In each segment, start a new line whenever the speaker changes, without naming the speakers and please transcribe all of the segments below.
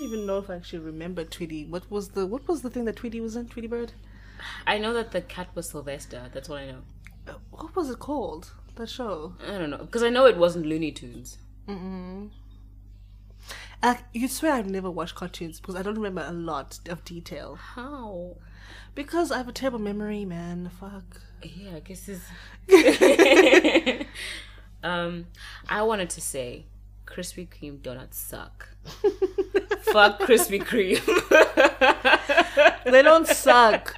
even know if I actually remember Tweety. What was the what was the thing that Tweety was in? Tweety Bird.
I know that the cat was Sylvester. That's what I know.
Uh, What was it called? That show.
I don't know because I know it wasn't Looney Tunes.
Uh, you'd swear I've never watched cartoons because I don't remember a lot of detail.
How?
Because I have a terrible memory, man. Fuck.
Yeah, I guess it's. um, I wanted to say, Krispy Kreme donuts suck. Fuck Krispy Kreme.
They don't suck,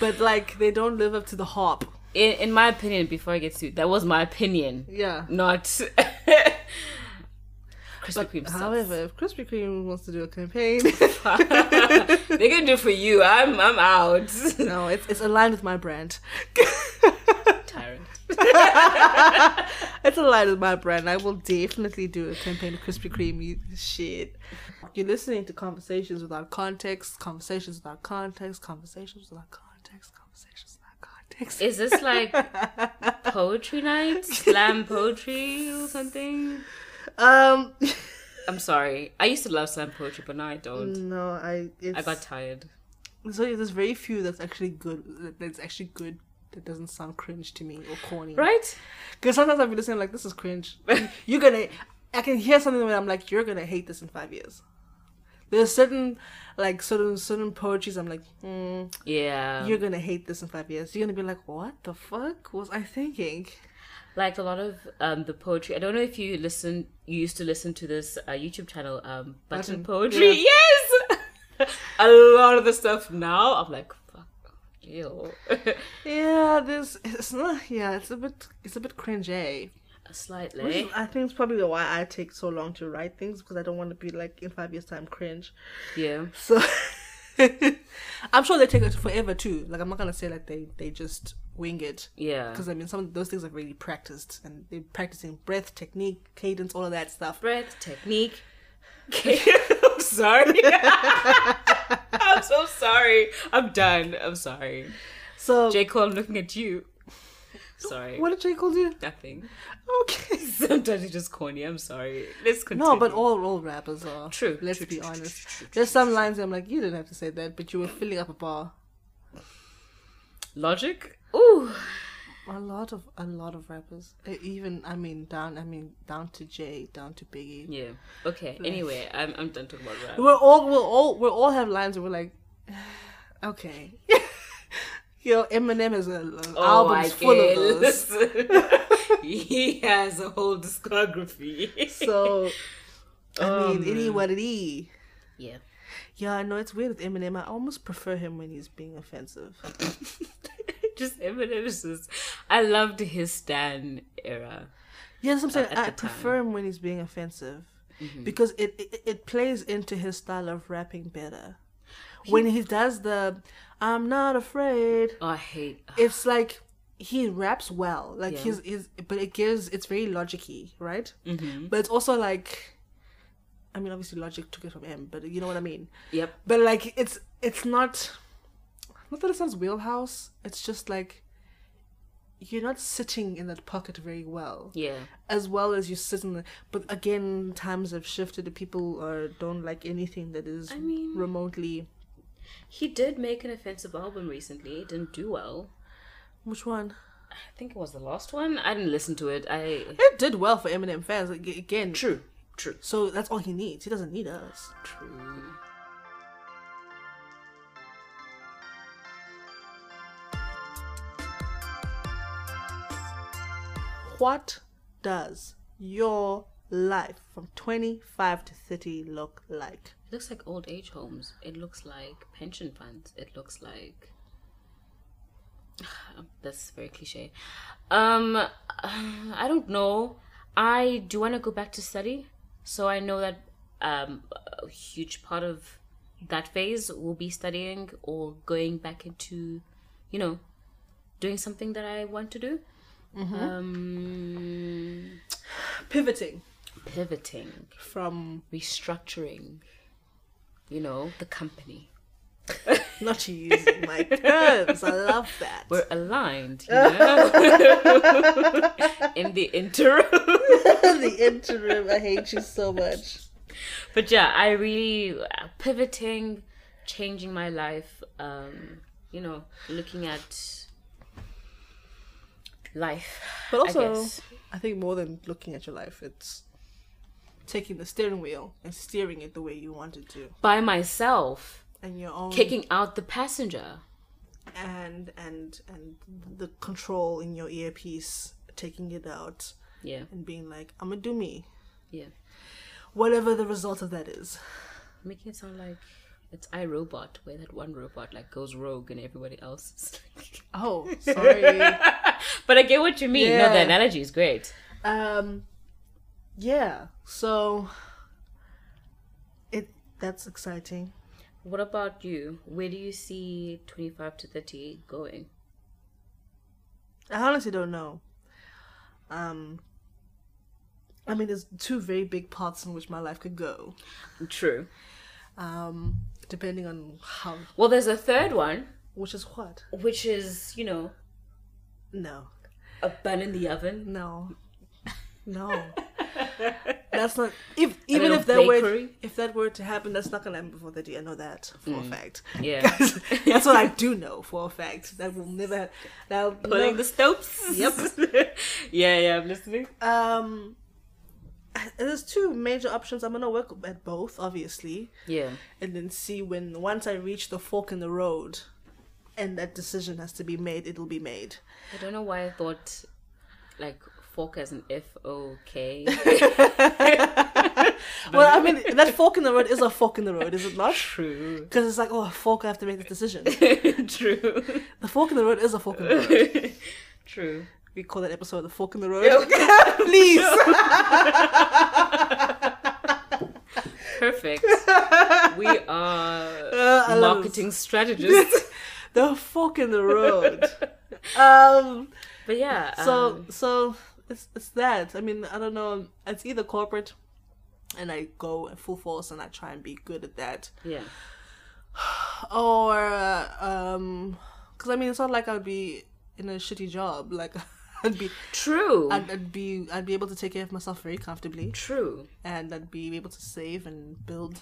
but like they don't live up to the hop.
in, in my opinion, before I get sued, that was my opinion,
Yeah.
not Krispy Kreme. Sucks.
However, if Krispy Kreme wants to do a campaign,
They're gonna do it for you. I'm I'm out.
no, it's it's aligned with my brand.
Tyrant.
It's aligned with my brand. I will definitely do a campaign of Krispy Kreme. You, shit. You're listening to conversations without context, conversations without context, conversations without context, conversations without context.
Is this like poetry night, slam poetry or something?
um,
I'm sorry. I used to love slam poetry, but now I don't.
no, I. It's,
I got tired.
So yeah, there's very few that's actually good. that- That's actually good. That doesn't sound cringe to me or corny.
Right?
Because sometimes I'll be listening like, this is cringe. You're gonna, I can hear something where I'm like, you're gonna hate this in five years. There's certain, like certain certain poetries. I'm like, mm,
Yeah.
you're gonna hate this in five years. You're gonna be like, what the fuck was I thinking?
like a lot of um, the poetry. I don't know if you listen. You used to listen to this uh, YouTube channel, um, Button,
Button.
Poetry. Yes. a lot of the stuff now, I'm like, fuck, ew.
Yeah, this it's not. Yeah, it's a bit it's a bit cringy. Which
Slightly.
is- I think it's probably why I take so long to write things because I don't want to be like in five years time cringe.
Yeah.
So I'm sure they take it forever too. Like I'm not gonna say like they they just wing it.
Yeah.
because I mean some of those things are really practiced and they're practicing breath, technique, cadence, all of that stuff.
Breath technique. Okay. I'm sorry. I'm so sorry. I'm done. I'm sorry.
So
J Cole, I'm looking at you. Sorry.
what did J Cole do?
Nothing.
Okay.
Sometimes it's just corny. I'm sorry. Let's continue.
No, but all all rappers are.
True,
Let's
true,
be
true, true,
honest.
true, true, true,
There's some lines I'm like, you didn't have to say that, but you were filling up a bar.
logic. Ooh.
A lot of a lot of rappers, E- even I mean down, I mean down to Jay, down to Biggie.
Yeah. Okay. Anyway, I'm I'm done talking about rap.
We're all we're all we all have lines where we're like, okay. Yo, Eminem has a, a
Oh
albums full of those.
he has a whole discography.
So I
Oh,
mean, it is what it is.
yeah.
Yeah, I know it's weird with Eminem. I almost prefer him when he's being offensive.
just Eminem is just. I loved his Stan era.
Yeah, that's what I'm saying.
At the Mm-hmm.
I prefer him when he's being offensive because it, it it plays into his style of rapping better. When he does the "I'm not afraid,"
Oh, I hate.
it's like he raps well. Like
Yeah.
his his, but it gives it's very logicy, right? Mm-hmm. But it's also like, I mean, obviously logic took it from him, but you know what I mean.
Yep.
but like it's it's not not that it sounds wheelhouse it's just like you're not sitting in that pocket very well
Yeah.
as well as you sit in the but again times have shifted to people or don't like anything that is
mean-
remotely
He did make an offensive album recently. It didn't do well.
which one
I think it was the last one. I didn't listen to it. I.
it did well for eminem fans like, again
True. True.
so that's all he needs he doesn't need us
True.
what does your life from 25 to 30 look like
It looks like old age homes. It looks like pension funds. It looks like that's very cliche. Um, I don't know. I do want to go back to study, so I know that um, a huge part of that phase will be studying or going back into, you know, doing something that I want to do. Um,
pivoting
pivoting
from
restructuring, you know, the company.
Not you using my terms. I love that.
We're aligned, you know? In the interim.
the interim, I hate you so much.
but yeah, I really uh, pivoting, changing my life. Um, you know, looking at life.
But also,
I
I,
guess.
think more than looking at your life, it's taking the steering wheel and steering it the way you want it to,
by myself,
and your own
kicking out the passenger.
and and and the control in your earpiece, taking it out
Yeah,
and being like, "I'm gonna do me,"
yeah,
whatever the result of that is.
making it sound like it's iRobot, where that one robot like goes rogue and everybody else is like.
Oh, sorry.
but I get what you mean. No,
Yeah.
the analogy is great.
um, yeah. So it that's exciting.
What about you? Where do you see 25 to 30 going?
I honestly don't know. Um, I mean, there's two very big paths in which my life could go,
True.
um, depending on how,
Well, there's a third one,
which is what.
which is, you know,
No,
a bun in the oven.
no, no. That's not. If even
little
if that were
bakery? Mm.
if that were to happen, that's not gonna happen before the day. I know that for a fact.
Yeah.
that's what I do know for a fact. That will never. That
Pulling the stops. Yep. yeah, yeah, I'm listening.
um. There's two major options. I'm gonna work at both, obviously.
Yeah.
and then see when once I reach the fork in the road and that decision has to be made, it'll be made.
I don't know why I thought, like, fork as an F O K.
Well, I mean, that fork in the road is a fork in the road, is it not?
True.
Because it's like, oh, a fork, I have to make the decision.
True.
The fork in the road is a fork in the road.
True.
We call that episode the fork in the road. Please.
Perfect. We are
Uh, I love this.
marketing strategists.
The fork in the road. Um,
But yeah.
so,
um,
so it's, it's that. I mean, I don't know. It's either corporate and I go full force and I try and be good at that.
yeah.
or uh, um because i mean it's not like i'd be in a shitty job like i'd be
True.
I'd, I'd be i'd be able to take care of myself very comfortably
True.
and i'd be able to save and build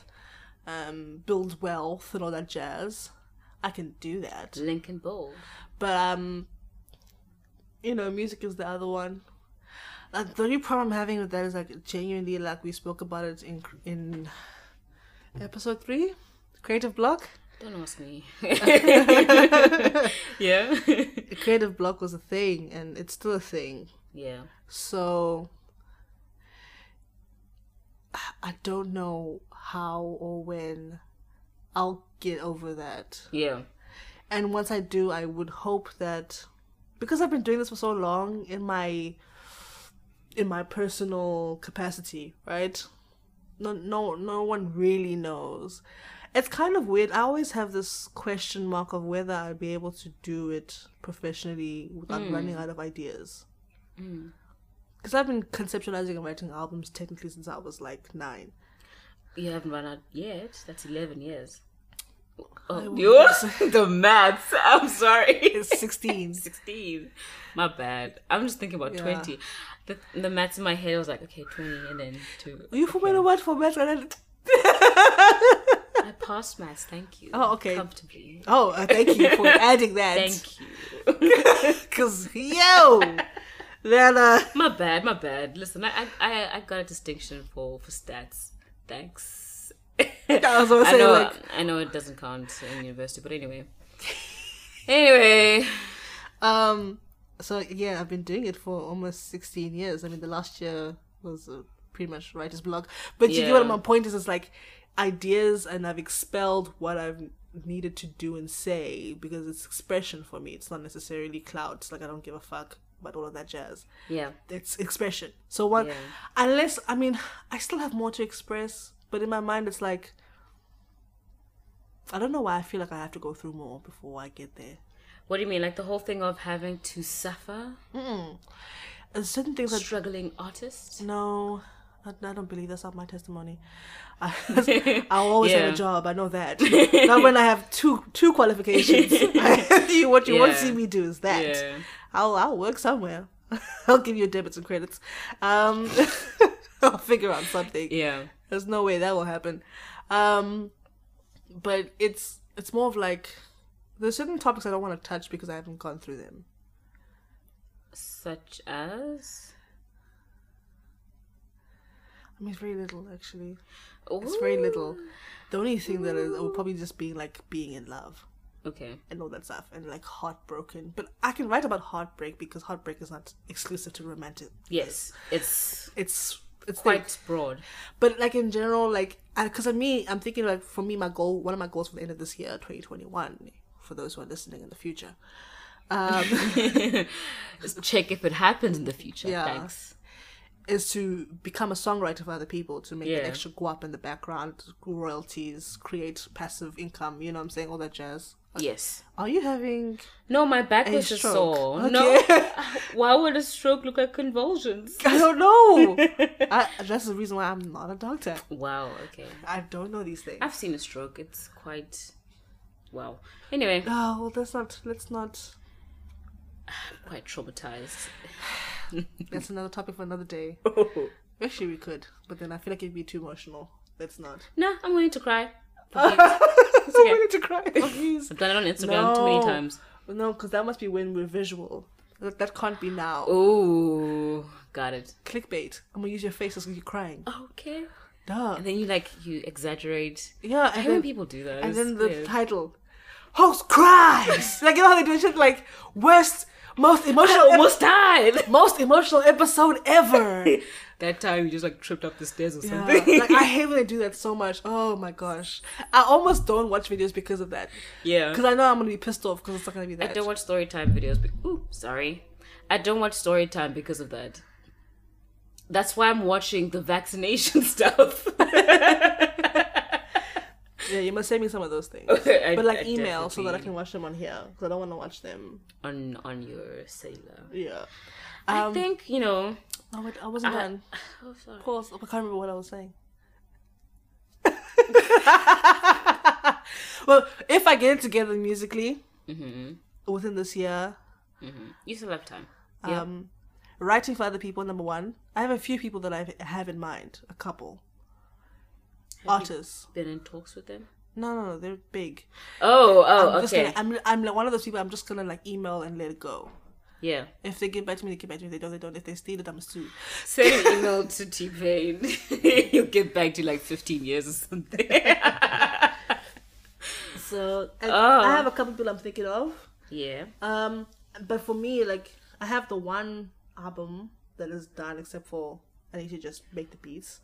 um build wealth and all that jazz i can do that
Lincoln Bowl.
but um you know music is the other one uh, the only problem i'm having with that is like genuinely like we spoke about it in in episode three creative block
Don't ask me. yeah.
a creative block was a thing and it's still a thing
yeah.
so I- i don't know how or when i'll get over that
Yeah.
and once i do i would hope that because i've been doing this for so long in my in my personal capacity right no no no one really knows it's kind of weird i always have this question mark of whether i'll be able to do it professionally without running out of ideas because i've been conceptualizing and writing albums technically since i was like nine
You haven't run out yet. That's 11 years. Oh, yours? the maths. I'm sorry.
it's 16
16. My bad. I'm just thinking about
Yeah.
20. The, the maths in my head, I was like, okay, 20 and then 2.
you for better what for better and then-
I passed maths. Thank you.
Oh, okay.
Comfortably.
oh uh, thank you for adding that
Thank you.
Cause yo, that uh,
My bad, my bad. Listen, I I- I, I got a distinction for for stats. Thanks. I
was gonna say,
know,
like-
I know it doesn't count in university, but anyway. Anyway,
um, so yeah, I've been doing it for almost sixteen years. I mean, the last year was uh, pretty much writer's block. But you know what
Yeah.
my point is? It's like ideas, and I've expelled what I've needed to do and say because it's expression for me. It's not necessarily clout. It's like I don't give a fuck about all of that jazz.
yeah,
It's expression. So one,
Yeah.
unless I mean, I still have more to express, but in my mind, it's like I don't know why I feel like I have to go through more before I get there.
what do you mean? Like the whole thing of having to suffer,
There's certain things I
struggling artist.
no, I, I don't believe that's not my testimony. I, I'll always have
Yeah.
a job. I know that. not when I have two two qualifications. You- what you won't
Yeah.
see me do is that.
Yeah.
I'll I'll work somewhere. I'll give you debits and credits. Um, I'll figure out something.
Yeah,
There's no way that will happen. Um, but it's it's more of like there's certain topics I don't want to touch because I haven't gone through them.
Such as.
I mean, it's very little actually. It's very little. The only thing that is will probably just be like being in love
Okay.
and all that stuff and like heartbroken. But I can write about heartbreak because heartbreak is not exclusive to romantic.
Yes, it's
It's it's there.
quite broad.
But like in general, like because of me, I'm thinking like for me, my goal, one of my goals for the end of this year, 2021, for those who are listening in the future. Um,
Just check if it happens in the future.
Yeah.
Thanks.
is to become a songwriter for other people to make
Yeah.
an extra guap in the background, royalties, create passive income. You know what I'm saying? All that jazz.
Yes.
Are you having?
No, my back
A
was just
stroke.
sore. No.
Okay.
Why would a stroke look like convulsions?
I don't know. I, that's the reason why I'm not a doctor.
Wow. Okay.
I don't know these things.
I've seen a stroke. It's quite. Wow. Anyway,
Oh well, that's not. Let's not.
quite traumatized.
That's another topic for another day. Actually, we could, but then I feel like it'd be too emotional. Let's not.
no, I'm willing to cry.
it's
okay.
I'm ready to cry. Please.
I've done it on Instagram too many
No.
times.
No, because that must be when we're visual. That, that can't be now.
Oh, got it.
Clickbait. I'm gonna use your face because you're crying.
Okay.
Duh.
Oh, And then you like you exaggerate.
Yeah, and
I hate when
then,
people do that.
and
It's
then the
weird.
title, host cries. like you know how they do shit like worst, most emotional, ep-
almost died.
most emotional episode ever.
That time you just like tripped up the stairs or
Yeah,
something.
like I hate when they do that so much. Oh my gosh, I almost don't watch videos because of that.
Yeah.
Because I know I'm gonna be pissed off because it's not gonna be that.
I don't watch story time videos. Be- Ooh, sorry. I don't watch story time because of that. That's why I'm watching the vaccination stuff.
Yeah, you must send me some of those things.
Okay, I-
but like
I
email so that I
definitely-
can watch them on here because I don't want to watch them.
on on your cellular.
Yeah.
I think you know.
No, wait, I wasn't
I-
done.
Um, Oh, sorry.
Pause. I can't remember what I was saying. well, if I get it together musically
Mm-hmm.
within this year,
You still have time. Yeah.
um, writing for other people, number one. I have a few people that I have in mind, a couple. Artists.
Been in talks with them.
No, no, no, they're big.
Oh, oh,
I'm just
okay.
gonna, I'm, I'm like one of those people, I'm just gonna like email and let it go.
yeah.
If they get back to me, they get back to me. If they don't, they don't. If they steal it, I'm sued.
Send an email to T Pain. You'll get back to like 15 years or something.
So I,
Oh.
I have a couple people I'm thinking of.
yeah.
Um, but for me, like I have the one album that is done, except for I need to just make the beats.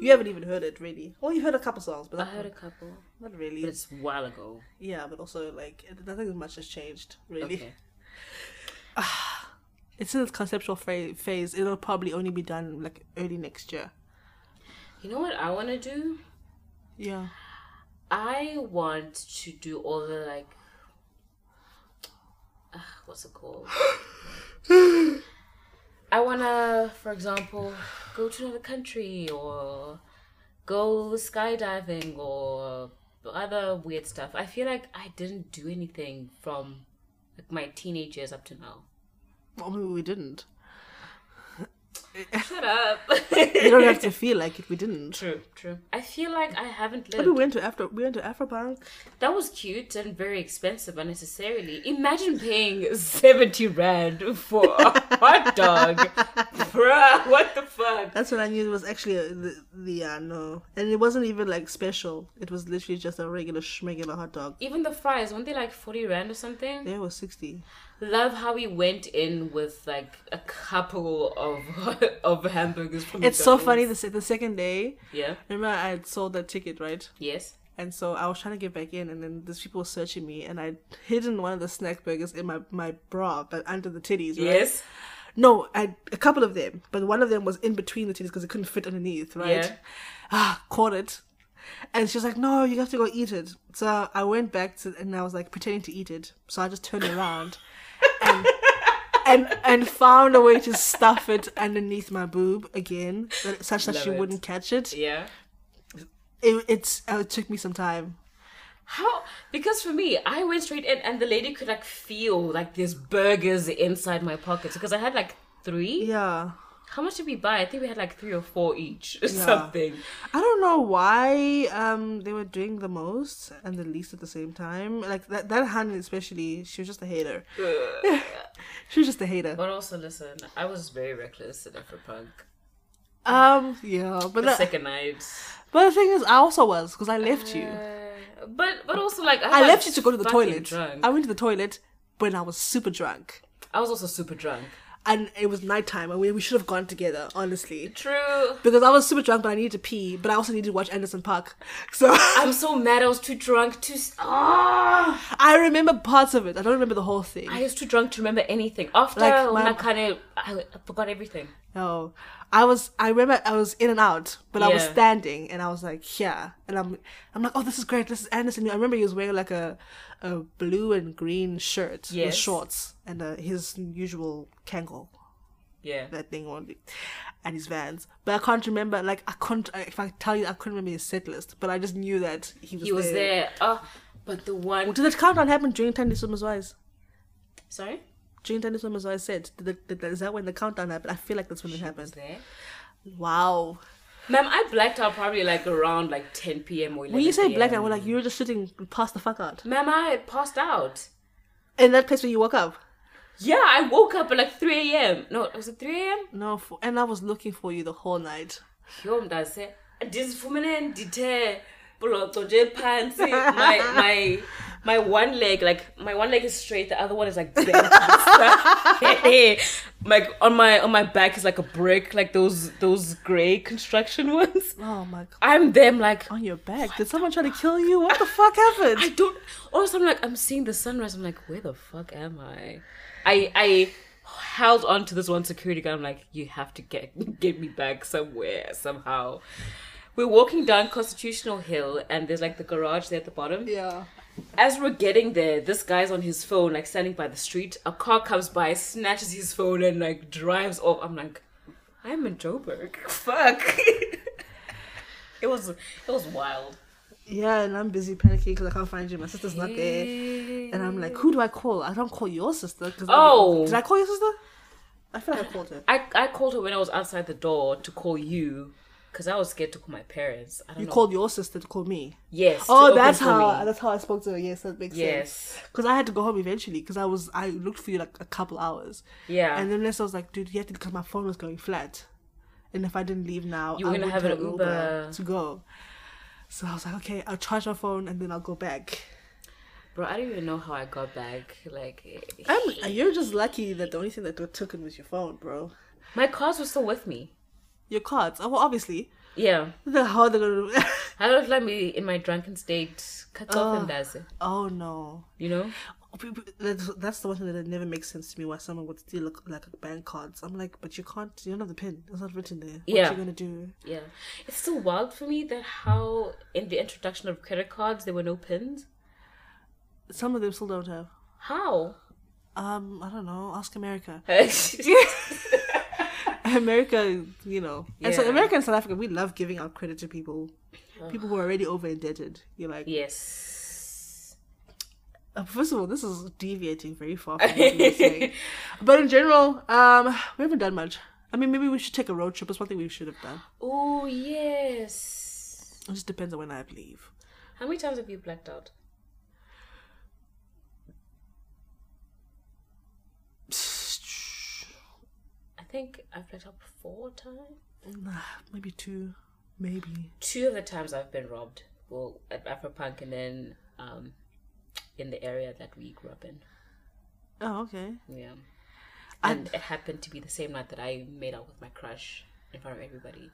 You haven't even heard it really. Well, you heard a couple songs, but
I
not,
heard a couple.
not really.
But it's a while ago.
yeah, but also like nothing much has changed really.
Okay.
It's in its conceptual phra- phase. It'll probably only be done like early next year.
You know what I want to do?
Yeah.
I want to do all the like, uh, what's it called? I want to, for example, go to another country or go skydiving or other weird stuff. I feel like I didn't do anything from like my teenage years up to now.
Well, maybe we didn't.
Shut up.
You don't have to feel like it. We didn't.
true, true. I feel like I haven't
But we
lived.
went to after we went to Afrobank.
That was cute and very expensive unnecessarily. Imagine paying 70 rand for a hot dog. Bruh, what the fuck?
That's when I knew it was actually a, the, the uh, no, and it wasn't even like special. It was literally just a regular schmegular hot dog.
Even the fries, weren't they like 40 rand or something?
There was sixty.
Love how we went in with like a couple of of hamburgers from
It's so
McDonald's.
funny. The se- the second day,
Yeah.
remember I had sold that ticket right,
Yes.
and so I was trying to get back in, and then these people were searching me, and I hidden one of the snack burgers in my my bra, but under the titties. Right?
Yes.
No, I a couple of them, but one of them was in between the titties because it couldn't fit underneath, right?
Yeah.
Ah, caught it. And she was like, "No, you have to go eat it." So I went back to and I was like pretending to eat it. So I just turned around and and and found a way to stuff it underneath my boob again, that- such that
Love
she
it.
wouldn't catch it.
Yeah.
It it's, uh, it took me some time.
How? Because for me, I went straight in, and the lady could like feel like there's burgers inside my pockets because I had like three.
Yeah,
How much did we buy? I think we had like three or four each or something.
I don't know why um they were doing the most and the least at the same time. Like that that hand especially, she was just a hater. she was just a hater.
But also, listen, I was very reckless in Afropunk.
Um, yeah, but
The
the,
second night.
but the thing is, I also was because I left you.
Uh, but but also like
I
was
left you to go to the
Uh, fucking
toilet.
Drunk.
I went to the toilet when I was super drunk,
I was also super drunk.
and it was nighttime, and we, we should have gone together, honestly.
True.
Because I was super drunk, but I needed to pee, but I also needed to watch Anderson Park. So
I'm so mad. I was too drunk to. s- Ah!
I remember parts of it. I don't remember the whole thing.
I was too drunk to remember anything. After
Like,
like,
my-
Nakane, I I forgot everything.
No, I was. I remember I was in and out, but I was
Yeah.
standing, and I was like, yeah, and I'm, I'm like, oh, this is great. This is Anderson. I remember he was wearing like a, a blue and green shirt with
Yes.
shorts and uh, his usual Kangol
Yeah.
that thing only, and his Vans. But I can't remember. Like I can't. I- If I tell you, I couldn't remember his set list. But I just knew that he was.
He was there. Ah, but the one.
Did that countdown happen during Tandy Summer's Wise?
Sorry?
During Tandy Summer's Wise set. Did the, did the, is that when the countdown happened? I feel like that's when it
Was
happened.
there?
Wow.
Ma'am, I blacked out probably like around like 10 p.m. or 11
When you say
PM.
black, I was like, you were just sitting past the fuck out.
Ma'am, I passed out.
In that place where you woke up.
Yeah, I woke up at like 3 a.m. No, was it 3 a.m.?
No, f and I was looking for you the whole night.
Yo mntase, ndizifumene ndithe puloto nje phansi my my my one leg like my one leg is straight the other one is like bent like on my on my back is like a brick like those those gray construction ones
Oh my god.
i'm them like
On your back. Did someone try to kill you? What the fuck happened?
i don't also i'm like i'm seeing the sunrise i'm like where the fuck am i i i held on to this one security guy i'm like you have to get get me back somewhere somehow we're walking down constitutional hill and there's like the garage there at the bottom
yeah.
as we're getting there this guy's on his phone like standing by the street a car comes by snatches his phone and like drives off i'm like i'm in joburg fuck it was it was wild
Yeah, and I'm busy panicking because I can't find you. My sister's not there. And I'm like, who do I call? I don't call your sister. 'cause I-
Oh.
Did I call your sister? I feel like I called her.
I, I called her when I was outside the door to call you because I was scared to call my parents. I don't
You
know.
called your sister to call me.
Yes. to
Oh,
open
that's
for
how.
me.
That's how I spoke to her. Yes, that makes sense.
Yes.
Because I had to go home eventually. Because I was, I looked for you like a couple hours.
Yeah.
And then Nessa was like, "Dude, you have to because my phone was going flat, and if I didn't leave now,
You were
I
gonna
would
have an
have
Uber."
to go." So I was like, "Okay, I'll charge my phone and then I'll go back."
Bro, I don't even know how I got back. Like, eh,
I'm, you're just lucky that the only thing that got taken was your phone, bro.
my cars were still with me.
Your cards. Oh, well, obviously.
Yeah.
The how they gonna?
I don't let me in my drunken state. Cut off and that's it.
oh no.
You know?
That's that's the one thing that never makes sense to me. Why someone would steal like, like bank cards? I'm like, but you can't. You don't have the pin. It's not written there. What
Yeah.
you gonna do?
Yeah. It's still wild for me that how in the introduction of credit cards there were no pins.
Some of them still don't have.
How?
Um, I don't know. Ask America.
yeah.
America, you know, and so
Yeah.
America and South Africa, we love giving out credit to people, people who are already over indebted. You're like,
Yes.
uh, first of all, this is deviating very far from what we were saying. But in general, um, we haven't done much. I mean, maybe we should take a road trip. It's one thing we should have done.
Oh yes.
It just depends on when I have leave.
How many times have you blacked out? I think I've blacked out four times.
Nah, maybe two, maybe.
Two of the times I've been robbed. Well, at Afropunk and then um, in the area that we grew up in.
Oh, okay.
Yeah. And it happened to be the same night that I made out with my crush in front of everybody.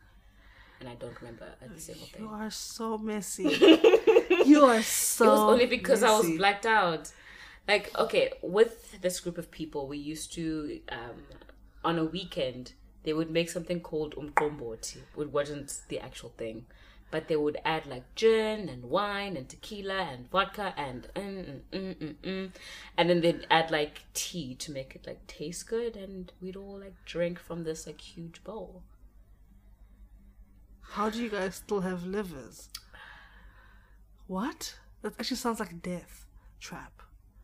And I don't remember a single thing.
You are so messy. you are so.
it was only because I was
messy.
blacked out. Like, okay, with this group of people, we used to, um, on a weekend, they would make something called umkomboti, which wasn't the actual thing. But they would add like gin and wine and tequila and vodka and mm, mm, mm, mm, mm. and then they'd add like tea to make it like taste good, and we'd all like drink from this like huge bowl.
How do you guys still have livers? What? That actually sounds like a death trap.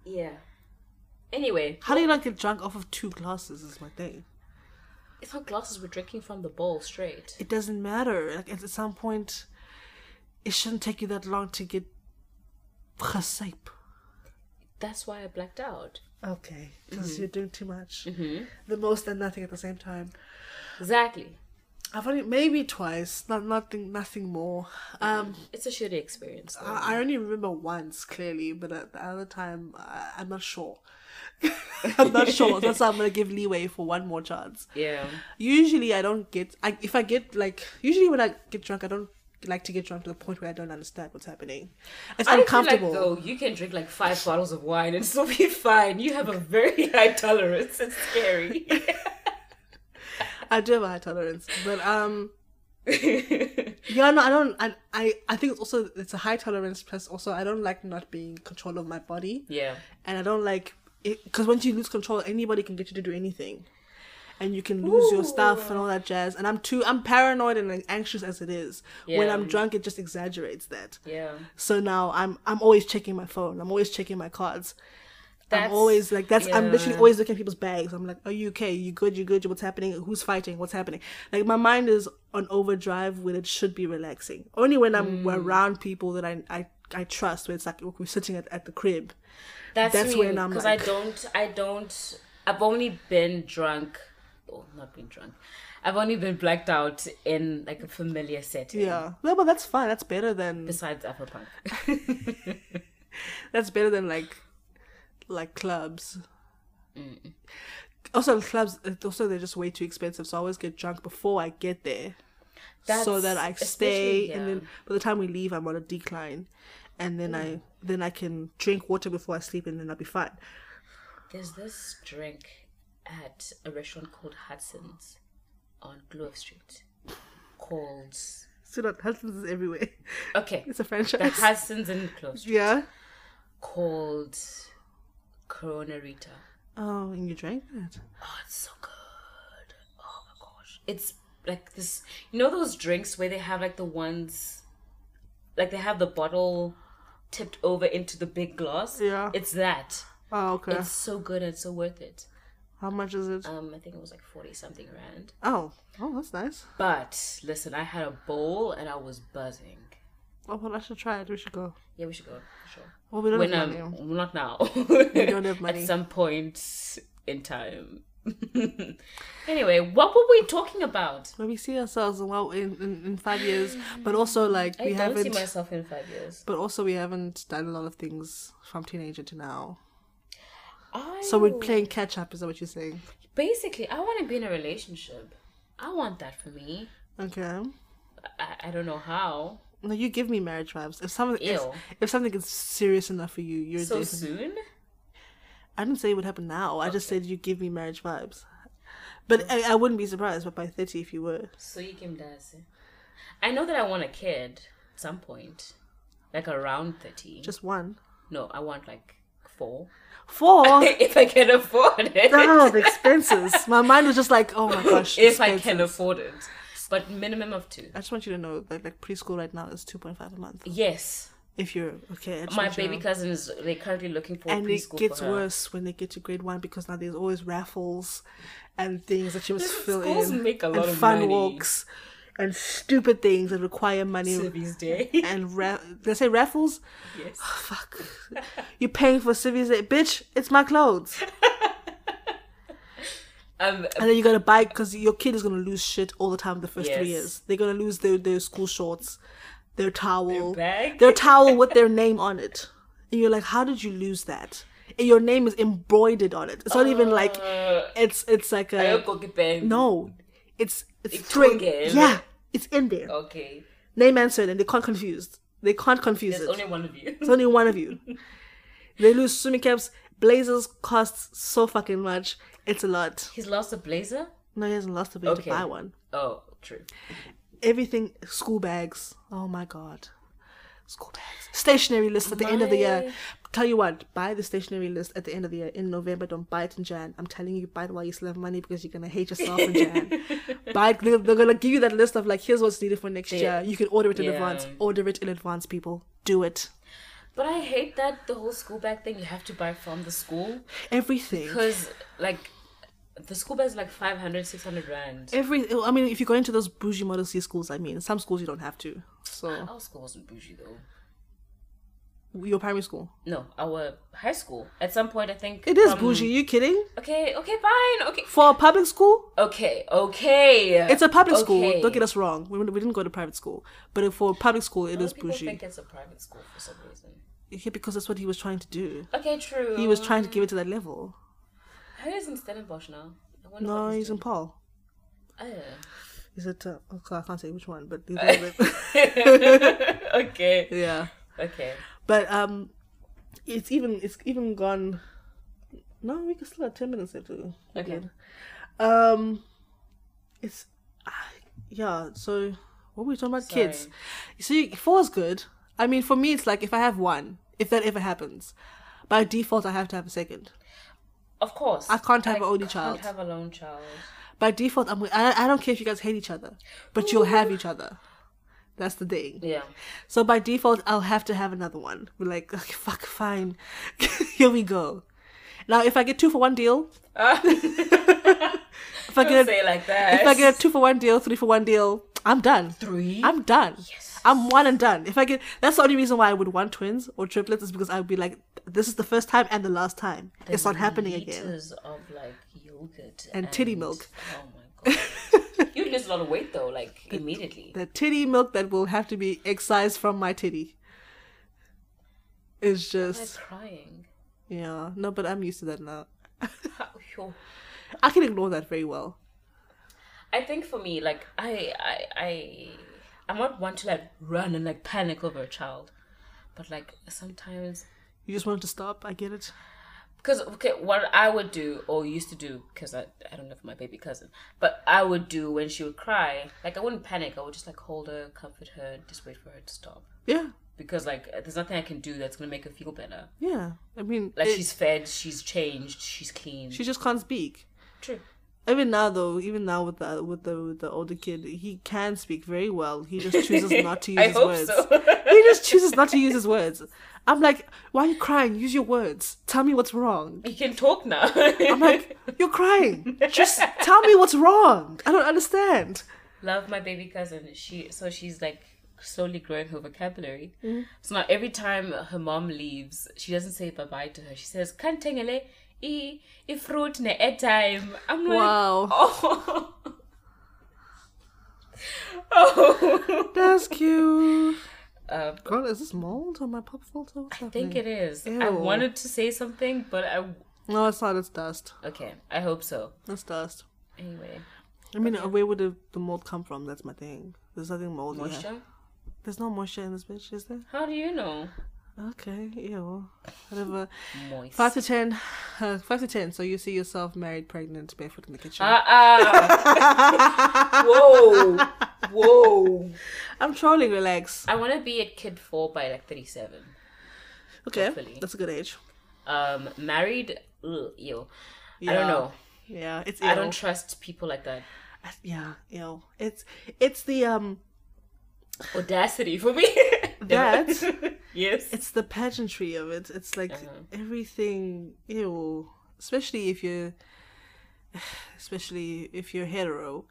Yeah. Anyway,
How do you not get drunk off of two glasses? Is my thing.
I thought glasses were drinking from the bowl straight.
It doesn't matter. Like at some point, it shouldn't take you that long to get gesape.
That's why I blacked out.
Okay, because you're doing too much. The most and nothing at the same time.
Exactly.
I've only maybe twice, not nothing, nothing more. Um,
It's a shitty experience. though.
I, I only remember once clearly, but at the other time, I, I'm not sure. I'm not sure. That's why I'm gonna give leeway for one more chance.
Yeah.
Usually, I don't get. I, if I get like, usually when I get drunk, I don't like to get drunk to the point where I don't understand what's happening. It's
I feel like
uncomfortable.
though you can drink like five bottles of wine and still be fine. You have a very high tolerance. It's scary.
I do have a high tolerance, but um, yeah, no, I don't. I, I I think it's also it's a high tolerance plus also I don't like not being in control of my body,
yeah.
and I don't like because once you lose control, anybody can get you to do anything, and you can lose your stuff and all that jazz. And I'm too I'm paranoid and anxious as it is. When
Yeah.
I'm drunk, it just exaggerates that.
Yeah.
So now I'm I'm always checking my phone. I'm always checking my cards.
That's-
I'm always like that's I'm literally
yeah.
always looking at people's bags. I'm like, are you okay? You good? You good? What's happening? Who's fighting? What's happening? Like my mind is on overdrive when it should be relaxing. Only when I'm
Mm.
around people that I I, I trust. Where it's like we're sitting at, at the crib.
That's,
That's
me,
when I'm
because
like-
I don't I don't I've only been drunk oh not been drunk. I've only been blacked out in like a familiar setting.
Yeah. No, but that's fine. That's better than
Besides Afropunk.
that's better than like like clubs.
Mm.
Also, clubs. Also, they're just way too expensive. So I always get drunk before I get there. so
That's-
that I stay,
especially-
and then by the time we leave, I'm on a decline, and then
Mm.
I then I can drink water before I sleep, and then I'll be fine.
There's this drink at a restaurant called Hudson's on Glover Street called
So that Hudson's is everywhere.
Okay.
It's a
The
franchise.
Hudson's in Glover Street
yeah.
called Corona Rita.
Oh, and you drank that.
Oh, it's so good. Oh my gosh. It's like this you know those drinks where they have like the ones like they have the bottle tipped over into the big glass?
Yeah.
It's that.
Oh, okay.
It's so good and so worth it.
How much is it?
Um I think it was like forty something rand.
Oh, oh, that's nice.
But listen, I had a bowl and I was buzzing.
Oh, well, I should try it. We should go.
Yeah, we should go for sure.
Well, we don't
When
have money.
um not now. we
don't have money.
At some point in time. anyway, what were we talking about?
When we see ourselves in, well, in, in, in five years, but also like we
I don't see
haven't,
myself in five years.
but also we haven't done a lot of things from teenager to now.
I
So we're playing catch up. Is that what you're saying?
basically I want to be in a relationship. I want that for me.
Okay.
I, I don't know how.
No, you give me marriage vibes. If something if,
Ew.
if something is serious enough for you, you're
So
definitely.
soon?
I didn't say it would happen now. I just said you give me marriage vibes. But I, I wouldn't be surprised. But by thirty, if you were,
So you can dance. I know that I want a kid at some point. Like around thirty.
just one,
No, I want like four.
four.
if I can afford it.
Damn the expenses. My mind was just like, oh my gosh.
if I
expenses.
can afford it. But minimum of two.
I just want you to know that like preschool right now is two point five a month.
Yes.
If you're okay, I just
My
want you to
baby
know.
cousin is they're currently looking for a
And it
preschool
gets
for her.
worse when they get to grade one because now there's always raffles and things that you must fill
Schools
in.
make a lot
and
of
fun
money.
walks and stupid things that require money
These days.
and ra- they say raffles.
yes.
Fuck, you're paying for civvies, eh? bitch. It's my clothes,
Um
and then you gotta buy because your kid is gonna lose shit all the time. The first three
Yes.
years, they're gonna lose their their school shorts, their towel,
bag.
their towel with their name on it, and you're like, how did you lose that? And your name is embroidered on it. It's not even like
Uh,
it's it's like a
ayoko kipenda.
no, it's it's
It's Oh.
straight.
again.
Yeah, it's in there.
Okay.
Name and surname. They can't confuse. They can't confuse
There's
it.
only one of you.
It's only one of you. they lose swimming caps. Blazers costs so fucking much. It's a lot.
He's lost a blazer?
No, he hasn't lost the ability
Okay.
to buy one.
Oh, true.
Everything, school bags. Oh my god. School bags. Stationary list at the end of the year. Tell you what, buy the stationary list at the end of the year in November. Don't buy it in Jan. I'm telling you, buy it while you still have money because you're gonna hate yourself in Jan. buy it. They're, they're gonna give you that list of like, here's what's needed for next year. You can order it in
Yeah.
advance. Order it in advance, people. Do it.
But I hate that the whole school bag thing you have to buy from the school.
Everything.
Because, like, The school bus is like 500, 600 rand.
Every, I mean, if you go into those bougie model C schools, I mean, some schools you don't have to. So
Our school wasn't bougie though.
your primary school,
No, our high school. At some point, I think
it is
from-
bougie. you kidding?
Okay, okay, fine. Okay,
For a public school,
okay, okay.
it's a public school.
Okay.
Don't get us wrong. We, we didn't go to private school, but for public school, it is
People
bougie.
think it's a private school for some reason.
yeah, because that's what he was trying to do.
Okay, true.
He was trying to give it to that level.
Who is in Stellenbosch now? I wonder
No,
what
he's in
doing.
Paul.
Oh.
Is it? Uh, oh, I can't say which one, but he's one of them.
Oh. okay,
yeah.
okay.
But um, it's even it's even gone. No, we can still have ten minutes left. Okay.
Okay.
Um, it's uh, yeah. So what were we talking about? Kids. So you, four is good. I mean, for me, it's like if I have one, if that ever happens, by default, I have to have a second.
Of course,
I can't have an only
can't
child.
have a lone child.
By default, I'm. I, I don't care if you guys hate each other, but you'll have each other. That's the thing.
Yeah,
So by default, I'll have to have another one. We're like, okay, fuck, fine. Here we go. Now, if I get two for one deal, if I
Uh. don't
get a,
say it like that.
if I get a two for one deal, three for one deal, I'm done.
three,
I'm done. I'm one and done. If I get, that's the only reason why I would want twins or triplets is because I would be like, this is the first time and the last time. it's not happening again.
liters of like yogurt
And titty milk.
Oh my god, you lose a lot of weight though, like immediately.
The titty milk that will have to be excised from my titty. Is
I'm
just
crying.
yeah no, but I'm used to that now.
How- yo.
I can ignore that very well.
I think for me, like I, I, I, I'm not one to like run and like panic over a child, but like sometimes
You just want it to stop. I get it.
because okay, what I would do or used to do because I, I don't know for my baby cousin, but I would do when she would cry, like I wouldn't panic. I would just like hold her, comfort her, and just wait for her to stop
Yeah,
because like there's nothing I can do that's gonna make her feel better.
yeah. I mean,
Like
it-
she's fed, she's changed, she's clean.
she just can't speak.
True.
Even now, though, even now with the with the with the older kid, he can speak very well. He just chooses not to use
I
his
hope
words.
so.
he just chooses not to use his words. I'm like, why are you crying? Use your words. Tell me what's wrong.
You can talk now.
I'm like, you're crying. Just tell me what's wrong. I don't understand.
love my baby cousin she so she's like slowly growing her vocabulary
Mm-hmm.
so now every time her mom leaves she doesn't say bye-bye to her she says kantengele i ifruit ne airtime i'm like
Wow.
oh oh
That's cute.
um,
Girl, is this mold on my pop filter? What's
i think
happening?
it is i
Ew.
wanted to say something but i
No, it's not. It's dust.
okay i hope so
It's dust.
anyway
I mean, where would the, the mold come from? That's my thing. There's nothing moldy. here.
moisture
There's no moisture in this bitch, is there?
how do you know
Okay, ew. Whatever.
moist
Five to ten. Uh, five to ten. So you see yourself married, pregnant, barefoot in the kitchen.
uh-uh. Ah. whoa whoa
I'm trolling, relax.
I want to be at kid four by like 37.
Okay.
Hopefully.
That's a good age.
Um, married, ugh, ew. I
Yeah.
don't know.
Yeah, it's
I
ew.
don't trust people like that.
yeah, ew. It's it's the um
Audacity for me. Damn it. yes.
it's the pageantry of it. It's like
Uh-huh.
everything ew. Especially if you're especially if you're hetero.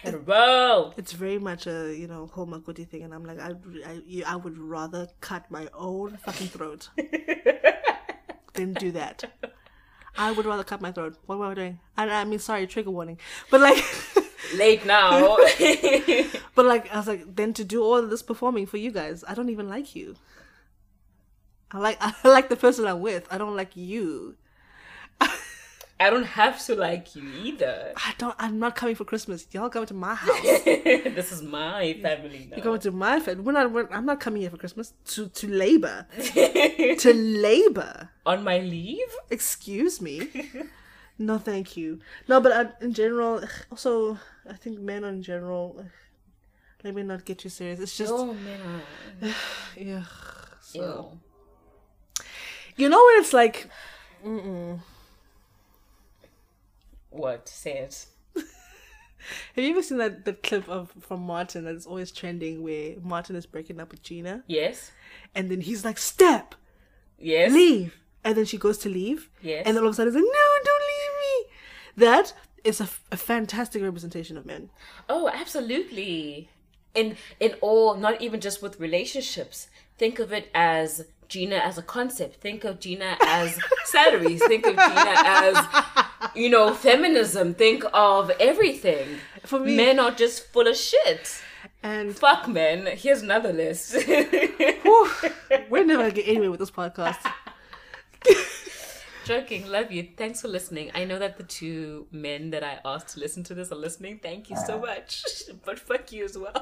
Hello.
it's very much a you know home equity thing, and I'm like, I, I, you- I would rather cut my own fucking throat than do that. I would rather cut my throat. What am I doing? And I mean, sorry, trigger warning, but like,
Late now.
but like, I was like, then to do all of this performing for you guys, I don't even like you. I like I like the person I'm with. I don't like you.
I don't have to like you either.
I don't. I'm not coming for Christmas. Y'all coming to my house.
this is my family now.
You're coming to my family. We're not. We're, I'm not coming here for Christmas. To to labor. to labor.
On my leave?
Excuse me. no, thank you. No, but I, in general, ugh, also I think men in general. ugh, Let me not get too serious. It's just
Oh, man.
yeah.
Ew.
So you know when it's like
What? Say it.
have you ever seen that the clip of from Martin that's always trending where Martin is breaking up with Gina
Yes.
and then he's like step
Yes.
leave and then she goes to leave
Yes.
and then all of a sudden it's like no don't leave me that is a, f- a fantastic representation of men.
Oh, absolutely. In in all, not even just with relationships. Think of it as Gina as a concept. Think of Gina as salaries. Think of Gina as you know feminism. Think of everything.
For me-
men are just full of shit.
And
Fuck men. Here's another list.
whew, we're never gonna get anywhere with this podcast.
Joking. Love you. Thanks for listening. I know that the two men that I asked to listen to this are listening. Thank you
Uh.
so much. But fuck you as well.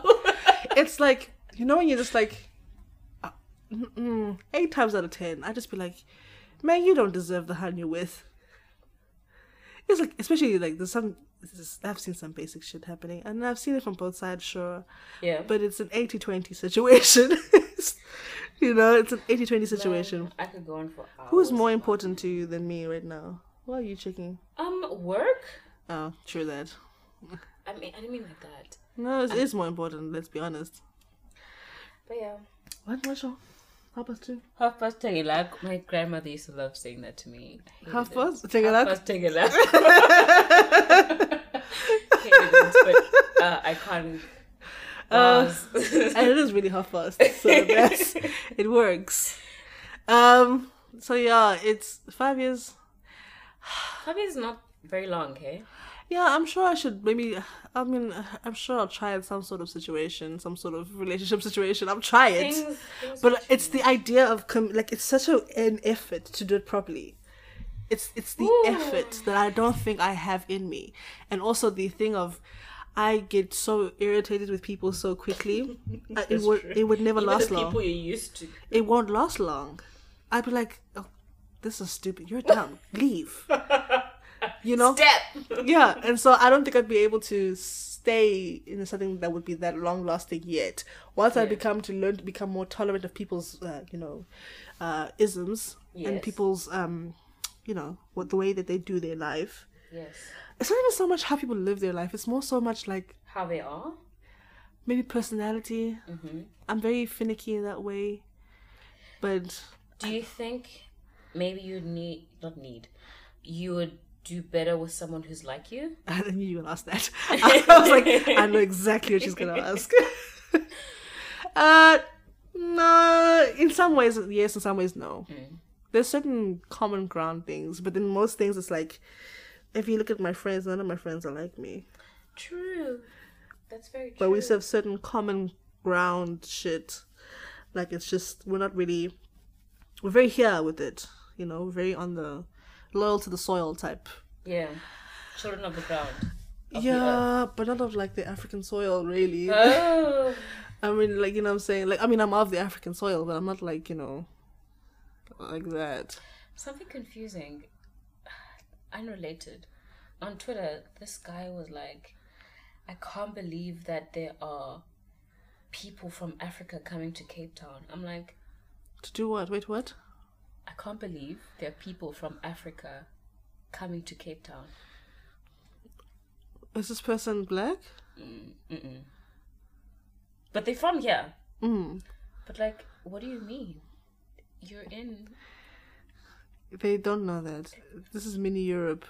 It's like you know when you're just like uh, mm-mm, eight times out of ten, I just be like, man, you don't deserve the hand you're with. It's like especially like there's some. this- I've seen some basic shit happening, and I've seen it from both sides, sure.
yeah.
But it's an 80 20 situation. you know, it's an 80 20 situation.
I could go on for hours.
Who's more important to you than me right now? What are you checking?
Um, work?
Oh, true that.
I mean, I didn't mean like that.
No, it is more important, let's be honest.
But yeah.
What, what show? Half past two.
Half past Tengelak. My grandmother used to love saying that to me. Hated
Half
it.
past? Take a
Half
look.
past Tengelak. Hated it, but uh, iconic.
Uh,
Bars.
And it is really half past, so that's, it works. Um, so yeah, it's five years.
Probably it's not very long, hey?
Yeah, I'm sure I should maybe. I mean, I'm sure I'll try in some sort of situation, some sort of relationship situation. I'll try it.
Things, things
But it's the idea of com- like it's such a, an effort to do it properly. It's it's the effort that I don't think I have in me, and also the thing of I get so irritated with people so quickly. I- it would it would never
Even
last
the
long.
people you're used to.
It won't last long. I'd be like, oh, this is stupid. You're dumb. Leave. You know.
Step!
Yeah, and so I don't think I'd be able to stay in something that would be that long lasting yet. Once I become to learn to become more tolerant of people's, uh, you know, uh, isms and
Yes.
people's, um, you know, what the way that they do their life.
Yes.
It's not even so much how people live their life. It's more so much like
How they are?
maybe personality. I'm very finicky in that way, but
Do you think maybe you need not need you would do better with someone who's like you?
I knew you would ask that. I was like, I know exactly what she's gonna ask. uh, no. In some ways, yes. In some ways, no. There's certain common ground things, but in most things, it's like, if you look at my friends, none of my friends are like me.
True. That's very true.
But we still have certain common ground shit. Like it's just we're not really, we're very here with it. You know, very on the loyal to the soil type
yeah. Children of the ground. of the earth.
Yeah, but not of like the African soil, really.
Oh.
I mean, like you know, what I'm saying, like I mean, I'm of the African soil, but I'm not like you know, like that.
Something confusing, unrelated. On Twitter, this guy was like, I can't believe that there are people from Africa coming to Cape Town. I'm like,
To do what? Wait, what?
I can't believe there are people from Africa coming to Cape Town.
Is this person black?
Mm-mm. But they're from here.
Mm.
But like, what do you mean? You're in.
They don't know that. This is mini Europe.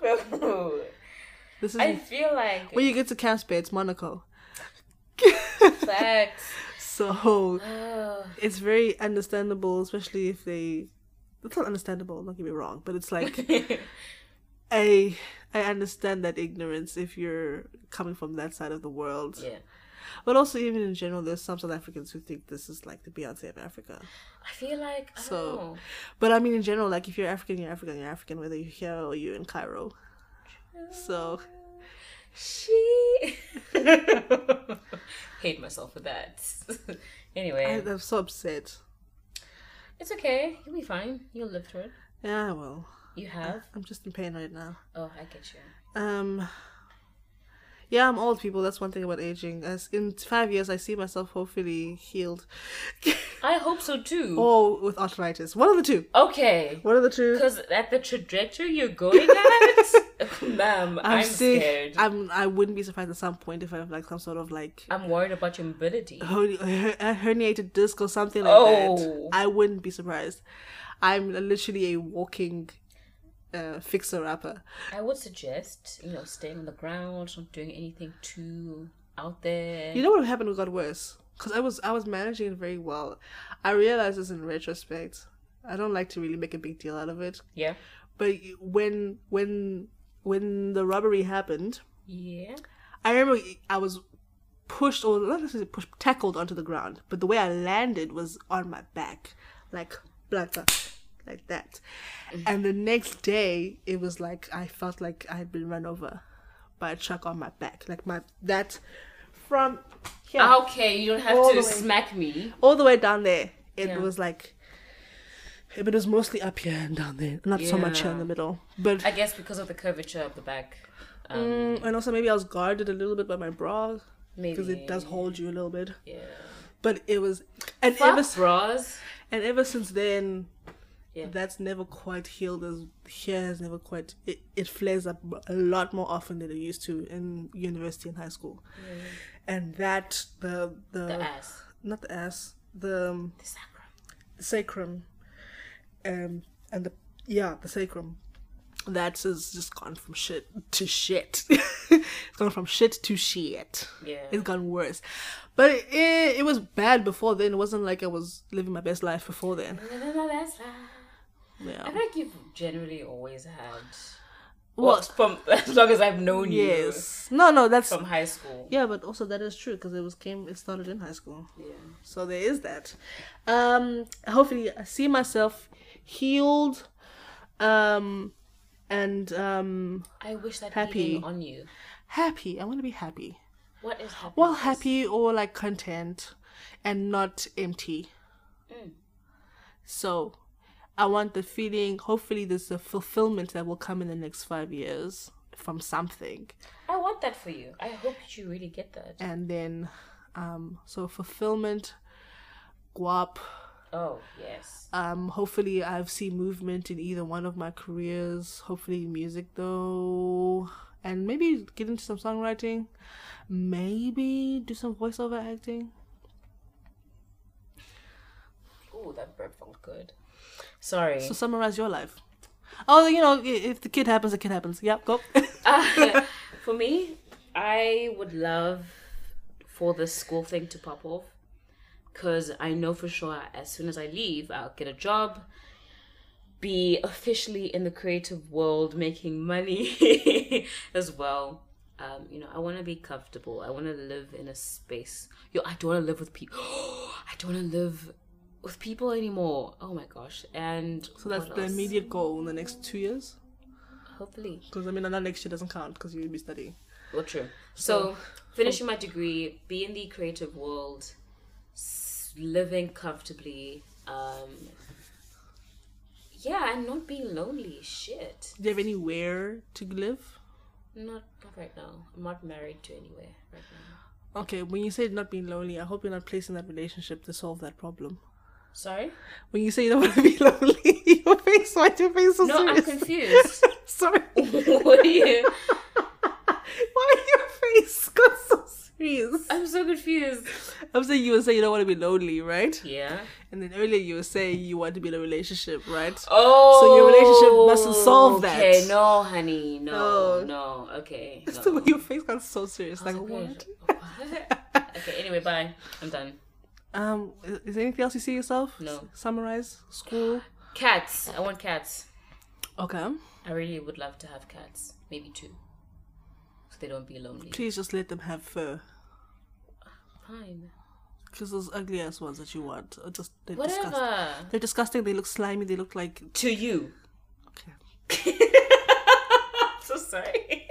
This is
I feel like
when you get to Casper, it's Monaco.
facts.
so
Oh,
it's very understandable, especially if they. It's not understandable. Don't get me wrong, but it's like I I understand that ignorance if you're coming from that side of the world.
yeah.
But also, even in general, there's some South Africans who think this is like the Beyonce of Africa.
I feel like I
So-
don't know.
But I mean, in general, like if you're African, you're African, you're African, whether you're here or you're in Cairo. So
She hate myself for that.
I,
anyway,
I'm so upset.
it's okay. You'll be fine. You'll live through it.
Yeah, well,
You have.
I'm just in pain right now.
Oh, I get you.
Um. Yeah, I'm old, people. That's one thing about aging. As in five years, I see myself hopefully healed,
I hope so too.
or with arthritis. One of the two.
Oh. Okay.
One of the two.
Because at the trajectory you're going at, ma'am, I'm,
sick.
scared.
I'm. I wouldn't be surprised at some point if I have like some sort of like
I'm worried about your mobility.
herni- her- a herniated disc or something like
Oh.
that. I wouldn't be surprised. I'm literally a walking uh, fixer upper.
I would suggest, you know, staying on the ground, not doing anything too out there.
You know what happened? It got worse because I was I was managing it very well. I realized this in retrospect. I don't like to really make a big deal out of it,
yeah.
but when when when the robbery happened,
Yeah.
I remember I was pushed or not necessarily pushed, tackled onto the ground, but the way I landed was on my back, like like that, like that.
Mm.
And the next day, it was like I felt like I had been run over by a truck on my back, like my that from here
Ah, Okay, you don't have
All
to
the way.
smack me.
all the way down there. It
Yeah.
was like. But it was mostly up here and down there, not so much here in
Yeah.
the middle. But
I guess because of the curvature of the back. Um,
Mm, and also maybe I was guarded a little bit by my bra because
Maybe.
it does hold you a little bit.
Yeah.
But it was, and
Fuck
ever s-
bras.
and ever since then,
Yeah.
that's never quite healed. As hair has never quite it, it flares up a lot more often than it used to in university and high school, and that the the,
The ass.
not the ass the um,
Uh, The sacrum.
sacrum, um and the yeah the sacrum. That has just gone from shit to shit. it's gone from shit to shit.
Yeah.
It's gotten worse. But it, it, was bad before then. It wasn't like I was living my best life before then.
That's I
Yeah.
feel like you've generally always had. Well,
What?
from as long as I've known
Yes. No, no, that's.
you from high school.
Yeah, but also that is true because it was came it started in high school.
Yeah.
So there is that. Um hopefully I see myself healed um and um
I wish that
Happy.
happy on you.
happy. I want to be happy.
What is happy?
Well, happy or like content and not empty. So I want the feeling, hopefully, there's a fulfillment that will come in the next five years from something.
I want that for you. I hope you really get that.
And then, um, so fulfillment, guap.
Oh yes.
Um, hopefully, I've seen movement in either one of my careers. Hopefully, music though, and maybe get into some songwriting. Maybe do some voiceover acting.
Ooh, that bird felt good. Sorry.
So summarize your life. Oh, you know, i- if the kid happens, the kid happens. Yep, go.
Uh, for me, I would love for this school thing to pop off because I know for sure as soon as I leave, I'll get a job, be officially in the creative world, making money as well. Um, you know, I want to be comfortable. I want to live in a space. Yo, I don't want to live with people. I don't want to live with people anymore. Oh my gosh! And
so that's
what
the
else?
immediate goal in the next two years.
Hopefully,
Because I mean, another next year doesn't count because you'll be studying.
Well, true. So, oh. finishing my degree, be in the creative world, s- living comfortably. Um, yeah, and not being lonely. Shit.
Do you have anywhere to live?
Not, not right now. I'm not married to anywhere right now.
Okay, when you say not being lonely, I hope you're not placing that relationship to solve that problem.
Sorry?
When you say you don't want to be lonely, your face, why your face so
No, I'm
serious?
confused.
Sorry.
what are you?
Why your face got so serious?
I'm so confused.
I'm saying you were saying you don't want to be lonely, right?
Yeah.
And then earlier you were saying you want to be in a relationship, right?
Oh.
your relationship mustn't solve that. Oh.
Okay, no, honey. No,
No.
no. Okay. No.
So your face got so serious. Like what?
What? okay, anyway, bye. I'm done.
Um, is, is there anything else you see yourself?
No.
S- summarize school.
Cats. I want cats.
Okay.
I really would love to have cats. Maybe two. So they don't be lonely.
Please just let them have fur,
Fine.
because those ugly ass ones that you want are just they're disgusting.
Whatever.
They're disgusting. They look slimy. They look like
To you.
okay.
I'm so sorry.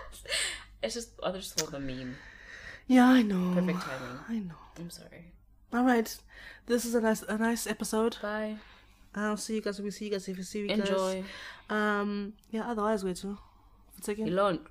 it's just, I just love the meme.
Yeah, I know.
Perfect timing.
I know.
I'm sorry.
All right. This is a nice a nice episode.
Bye.
I'll see you guys. We see you guys if you see you guys.
Enjoy.
Um. Yeah. Otherwise, we're too. It's okay.
Elon.